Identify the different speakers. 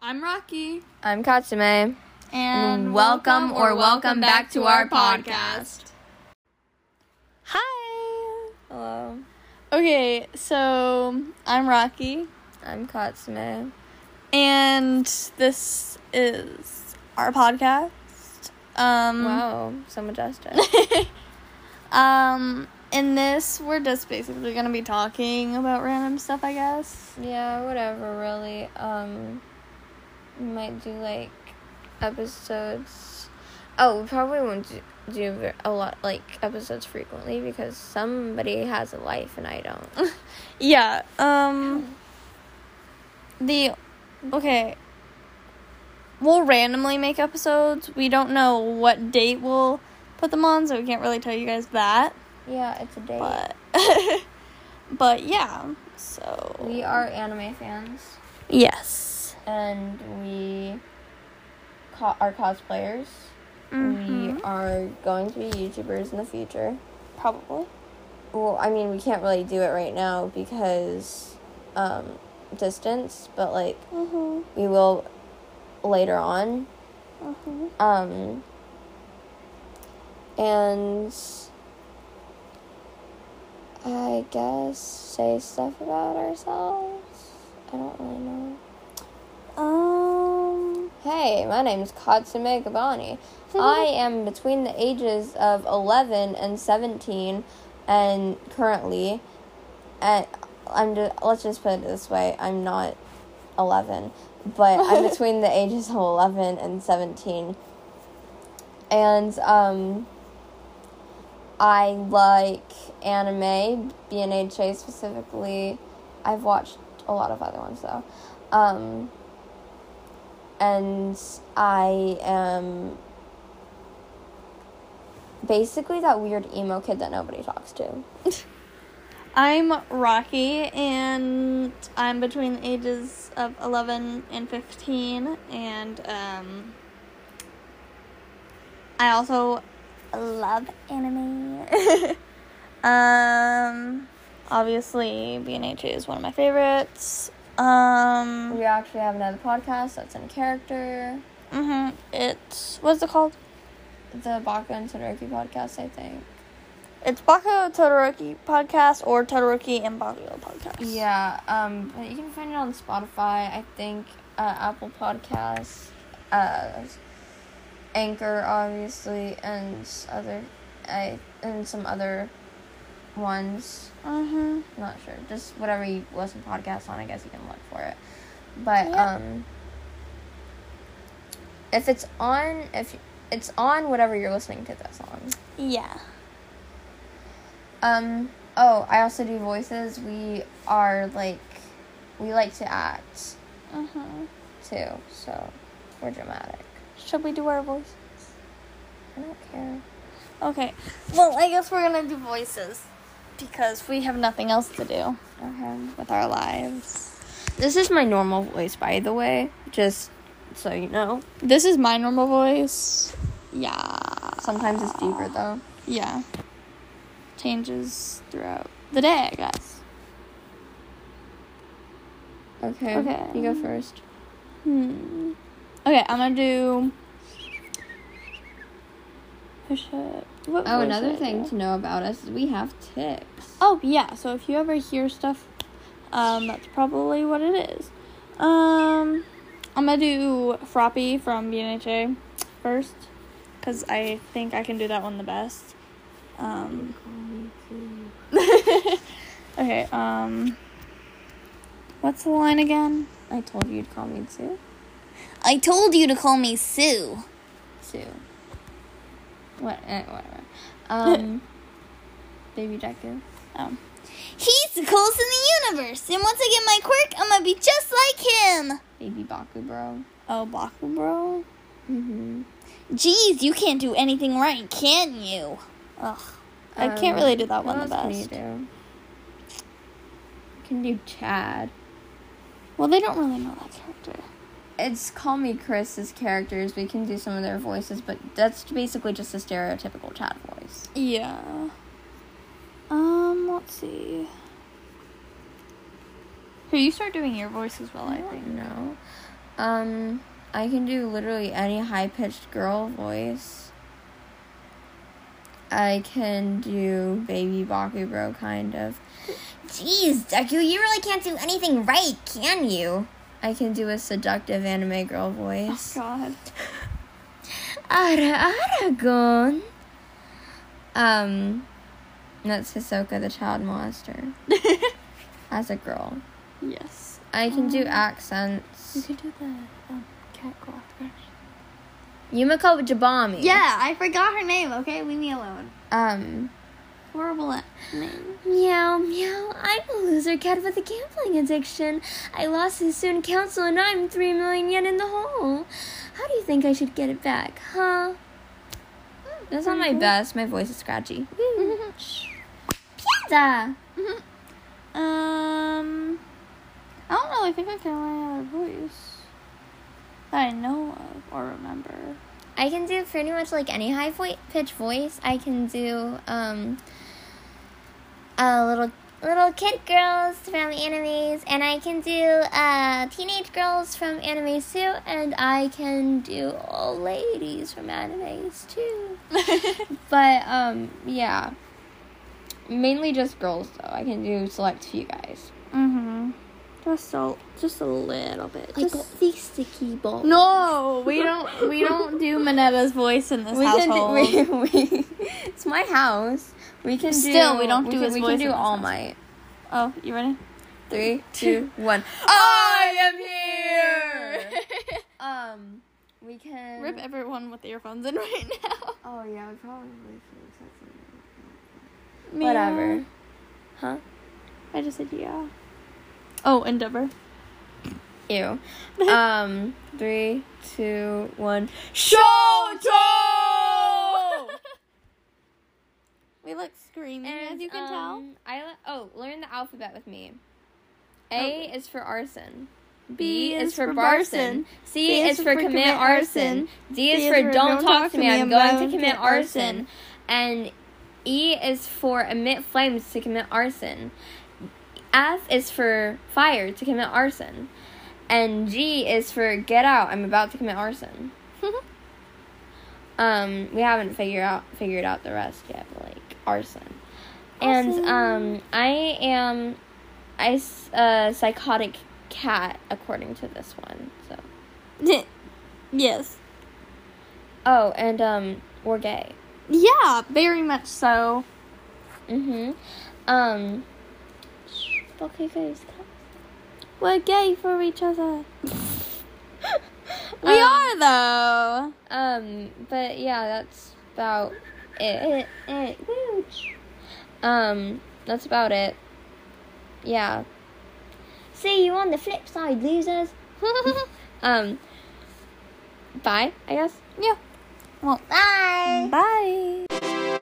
Speaker 1: I'm Rocky.
Speaker 2: I'm Katsume.
Speaker 1: And
Speaker 2: welcome or welcome back to our podcast.
Speaker 1: Hi.
Speaker 2: Hello.
Speaker 1: Okay, so I'm Rocky,
Speaker 2: I'm Katsume.
Speaker 1: and this is our podcast. Um,
Speaker 2: Wow, so majestic.
Speaker 1: um, in this, we're just basically gonna be talking about random stuff, I guess.
Speaker 2: yeah, whatever, really. Um, we might do like episodes. Oh, we probably won't do, do ver- a lot like episodes frequently because somebody has a life and I don't.
Speaker 1: Yeah. Um. The okay. We'll randomly make episodes. We don't know what date we'll put them on, so we can't really tell you guys that.
Speaker 2: yeah, it's a date.
Speaker 1: But but yeah. So
Speaker 2: we are anime fans
Speaker 1: yes.
Speaker 2: and we co- are cosplayers.
Speaker 1: Mhm.
Speaker 2: We are going to be YouTubers in the future.
Speaker 1: Probably.
Speaker 2: Well, I mean, we can't really do it right now because um, distance, but like
Speaker 1: Mhm.
Speaker 2: we will later on.
Speaker 1: Mhm.
Speaker 2: Um, and I guess say stuff about ourselves. I don't really know.
Speaker 1: Um.
Speaker 2: Hey, my name's Katsume Gabani. I am between the ages of 11 and 17, and currently, and I'm just, let's just put it this way I'm not 11, but I'm between the ages of 11 and 17. And, um, I like anime, BNHA specifically. I've watched a lot of other ones though. Um, and I am basically that weird emo kid that nobody talks to.
Speaker 1: I'm Rocky, and I'm between the ages of 11 and 15, and um, I also love anime. um, obviously, BNH is one of my favorites. Um,
Speaker 2: We actually have another podcast that's in character,
Speaker 1: hmm it's what's it called?
Speaker 2: the Baka and Todoroki podcast, I think.
Speaker 1: It's Bakugo Todoroki podcast or Todoroki and Bakugo podcast.
Speaker 2: Yeah, um, but you can find it on Spotify, I think, uh, Apple Podcasts, uh, Anchor, obviously, and other, I and some other ones.
Speaker 1: Mm-hmm.
Speaker 2: not sure. Just whatever you listen to podcasts on, I guess you can look for it. But
Speaker 1: Yeah.
Speaker 2: um if it's on if it's on whatever you're listening to that's on.
Speaker 1: Yeah.
Speaker 2: Um oh, I also do voices. We are like we like to act
Speaker 1: Mm-hmm.
Speaker 2: too, so we're dramatic.
Speaker 1: Should we do our voice?
Speaker 2: I don't care.
Speaker 1: Okay. Well, I guess we're gonna do voices because we have nothing else to do
Speaker 2: Okay.
Speaker 1: with our lives.
Speaker 2: This is my normal voice by the way, just so you know.
Speaker 1: This is my normal voice. Yeah.
Speaker 2: Sometimes it's deeper though.
Speaker 1: Yeah. Changes throughout the day, I guess.
Speaker 2: Okay.
Speaker 1: Okay.
Speaker 2: You go first.
Speaker 1: Hmm. Okay, I'm gonna do push up. What
Speaker 2: Oh,
Speaker 1: voice
Speaker 2: another
Speaker 1: did I
Speaker 2: thing
Speaker 1: do?
Speaker 2: to know about us is we have ticks.
Speaker 1: Oh yeah. So if you ever hear stuff, um, that's probably what it is. Um, I'm gonna do Froppy from BNHA first, cause I think I can do that one the best. Um, okay. Um, what's the line again?
Speaker 2: I told you to call me Sue.
Speaker 1: I told you to call me Sue.
Speaker 2: Sue. What? Eh, whatever. Um. Baby Deku.
Speaker 1: Um,
Speaker 3: He's the coolest in the universe, and once I get my quirk, I'm gonna be just like him.
Speaker 2: Baby Baku, bro.
Speaker 1: oh, Baku Bro. Mm-hmm.
Speaker 2: Mhm.
Speaker 3: Jeez, you can't do anything right, can you?
Speaker 1: Ugh, I
Speaker 2: Um,
Speaker 1: can't really do that
Speaker 2: What
Speaker 1: one the
Speaker 2: else can you
Speaker 1: best.
Speaker 2: do? You can do Chad.
Speaker 1: Well, they don't really know that character.
Speaker 2: It's call me Chris's characters. We can do some of their voices, but that's basically just a stereotypical Chad voice.
Speaker 1: Yeah. Um, let's see. Here, you start doing your voices while I
Speaker 2: I
Speaker 1: think.
Speaker 2: don't know. Um, I can do literally any high pitched girl voice. I can do baby Bakubro kind of.
Speaker 3: Jeez, Deku, you really can't do anything right, can you?
Speaker 2: I can do a seductive anime girl
Speaker 1: Oh
Speaker 2: voice.
Speaker 1: God.
Speaker 2: Ara Aragon. Um, that's Hisoka the child monster as a girl.
Speaker 1: yes.
Speaker 2: I can do
Speaker 1: Um, You
Speaker 2: accents.
Speaker 1: could do the um, cat girl.
Speaker 2: Yumiko Jabami.
Speaker 3: Yeah, I forgot her name, okay? Leave me alone.
Speaker 2: Um.
Speaker 1: Horrible name.
Speaker 2: Meow, meow. I'm a loser cat with a gambling addiction. I lost his soon council and I'm three million yen in the hole. How do you think I should get it back, huh? Mm-hmm. That's not my best. My voice is scratchy. Mm-hmm. Pizza!
Speaker 1: Um, I don't really think I can have any other voice that I know of or remember.
Speaker 2: I can do pretty much like any high vo- pitch voice. I can do um
Speaker 4: uh, little little kid girls from animes, and I can do uh, teenage girls from animes too, and I can do old ladies from animes too.
Speaker 2: but um yeah. Mainly just girls though. I can do select few guys.
Speaker 1: Mm-hmm. Just a just a little bit.
Speaker 4: I
Speaker 1: Just-
Speaker 4: got these sticky balls.
Speaker 1: no, we don't we don't do Manetta's voice in this
Speaker 2: we
Speaker 1: household.
Speaker 2: can do, we, we, it's my house. We can do
Speaker 1: Still, we don't do
Speaker 2: can,
Speaker 1: his
Speaker 2: we
Speaker 1: voice in
Speaker 2: can do
Speaker 1: this
Speaker 2: all
Speaker 1: house.
Speaker 2: might.
Speaker 1: oh, you ready?
Speaker 2: Three, two, one. I am here. um, we can.
Speaker 1: Rip everyone with earphones in right now.
Speaker 2: Oh yeah, we probably should accept something.
Speaker 1: Meow.
Speaker 2: Whatever. Huh?
Speaker 1: I just said yeah. Oh, endeavor.
Speaker 2: Ew. um, three, two, one. Shoto!
Speaker 1: We look screaming as you can tell.
Speaker 2: I le- oh, learn the alphabet with me. A is for arson.
Speaker 1: B is for barson.
Speaker 2: barson. C, is, for, commit, arson. D is for don't talk to me. I'm going to commit arson. And E is for emit flames to commit arson. F is for fire to commit arson. And G is for get out. I'm about to commit arson. um, we haven't figured out figured out the rest yet, but like arson. And um, I am I s- a psychotic cat according to this one. So
Speaker 1: yes.
Speaker 2: oh, and um, we're gay.
Speaker 1: Yeah, very much so.
Speaker 2: Mhm. Um. Okay, guys.
Speaker 1: We're gay for each other. Uh,
Speaker 2: We
Speaker 1: are though.
Speaker 2: Um. But yeah, that's about it. Um. That's about it. Yeah.
Speaker 4: See you on the flip side, losers.
Speaker 2: Um. Bye. I guess.
Speaker 1: Yeah.
Speaker 3: Bye.
Speaker 1: Bye.